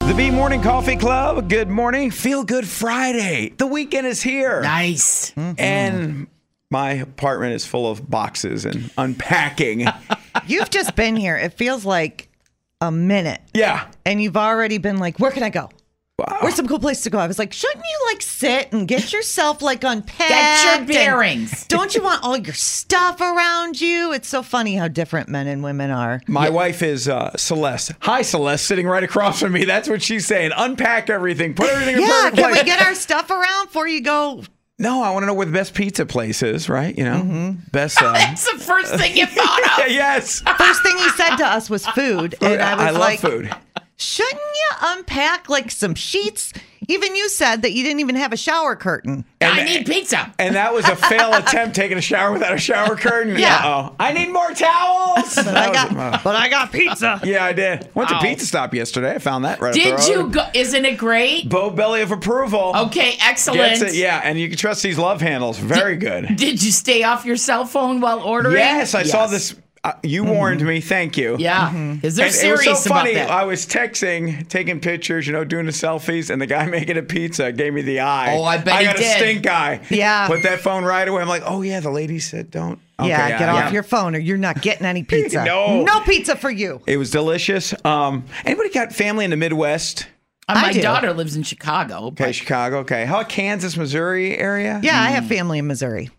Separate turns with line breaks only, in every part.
B Morning Coffee Club. Good morning. Feel Good Friday. The weekend is here.
Nice.
Hmm? And my apartment is full of boxes and unpacking.
You've just been here. It feels like a minute.
yeah.
And you've already been like, where can I go?
Wow.
Where's some cool place to go? I was like, shouldn't you like sit and get yourself like unpacked?
Get your
and-
bearings.
don't you want all your stuff around you? It's so funny how different men and women are.
My wife is uh, Celeste. Hi, Celeste, sitting right across from me. That's what she's saying. Unpack everything. Put everything in
Yeah,
perfect
can we
place.
get our stuff around before you go?
no, I want to know where the best pizza place is, right? You know,
Mm-hmm.
best. Uh,
That's the first thing you thought
yeah,
of.
yes.
First thing he said to us was food. And I was
love
like,
food.
shouldn't you unpack like some sheets? Even you said that you didn't even have a shower curtain.
I need pizza.
And that was a fail attempt taking a shower without a shower curtain.
Yeah.
Uh-oh. I need more towels. That
I
was-
got,
uh,
but I got pizza.
yeah, I did. Went to
Wow.
Pizza Stop yesterday. I found that right up the
Did
road.
you go? Isn't it great?
Bow belly of approval.
Okay, excellent.
Gets it. Yeah, and you can trust these love handles. Very good.
Did you stay off your cell phone while ordering?
Yes, I saw
Yes. Mm-hmm.
this. Uh, you warned me. Thank you.
Yeah, because they're
And
serious
it was so
about
funny.
that.
I was texting, taking pictures, you know, doing the selfies, and the guy making a pizza gave me the eye.
Oh, I bet
I
he
got
did.
a stink eye.
Yeah.
Put that phone right away. I'm like, oh yeah, the lady said don't. Okay,
yeah, get off
yeah.
your phone or you're not getting any pizza.
No.
No pizza for you.
It was delicious. Um, anybody got family in the Midwest?
Uh,
I
my
do.
daughter lives in Chicago.
Okay,
but
Chicago. Okay, how about Kansas, Missouri area?
Yeah, I have family in Missouri.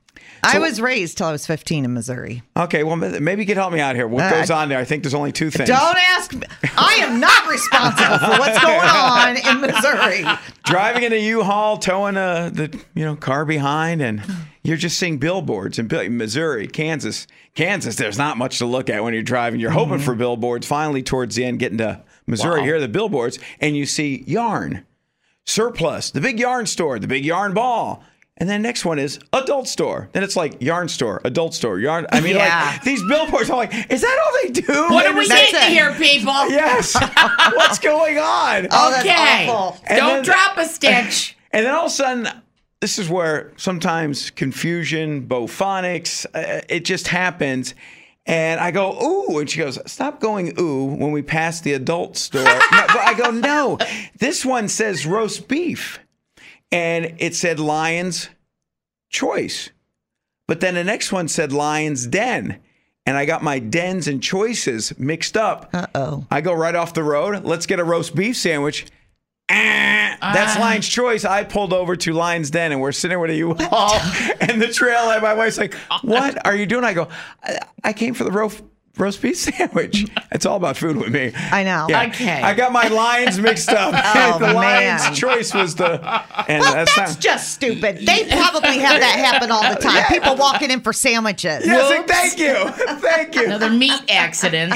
I was raised till I was 15 in Missouri.
Okay, well maybe you could help me out here. What
Uh,
goes on there? I think there's only two things.
Don't ask me. I am not responsible for what's going on in Missouri.
driving in a U-Haul, towing a, the you know car behind, and you're just seeing billboards in Bill- Missouri, Kansas, Kansas. There's not much to look at when you're driving. You're hoping for billboards. Finally, towards the end, getting to Missouri,
Mm-hmm. Wow.
here are the billboards, and you see yarn, surplus, the big yarn store, the big yarn ball. And then next one is adult store. Then it's like yarn store, adult store, yarn. I mean,
Yeah.
like these billboards. I'm like, is that all they do?
What are
And
we
it's like,
That's
getting
it.
here, people?
Yes. What's going on?
Oh, that's
Okay.
awful.
And
Don't
then-
drop a stitch.
And then all of a sudden, this is where sometimes confusion, bophonics, uh, it just happens. And I go, ooh. And she goes, stop going, ooh, when we pass the adult store. No, but I go, no, this one says roast beef. And it said lion's choice. But then the next one said lion's den. And I got my dens and choices mixed up.
Uh oh.
I go right off the road. Let's get a roast beef sandwich. Ah, That's Lion's Choice. I pulled over to Lion's Den and we're sitting with a U-Haul and the trail. And my wife's like, What are you doing? I go, I, I came for the roast, roast beef sandwich. It's all about food with me.
I know.
Okay.
I got my lions mixed up.
Oh,
the
man.
Lion's Choice was the. And
Well,
that's,
that's,
not.
just stupid. They probably have that happen all the time. People walking in for sandwiches.
Yes, and thank you. Thank you.
Another meat accident.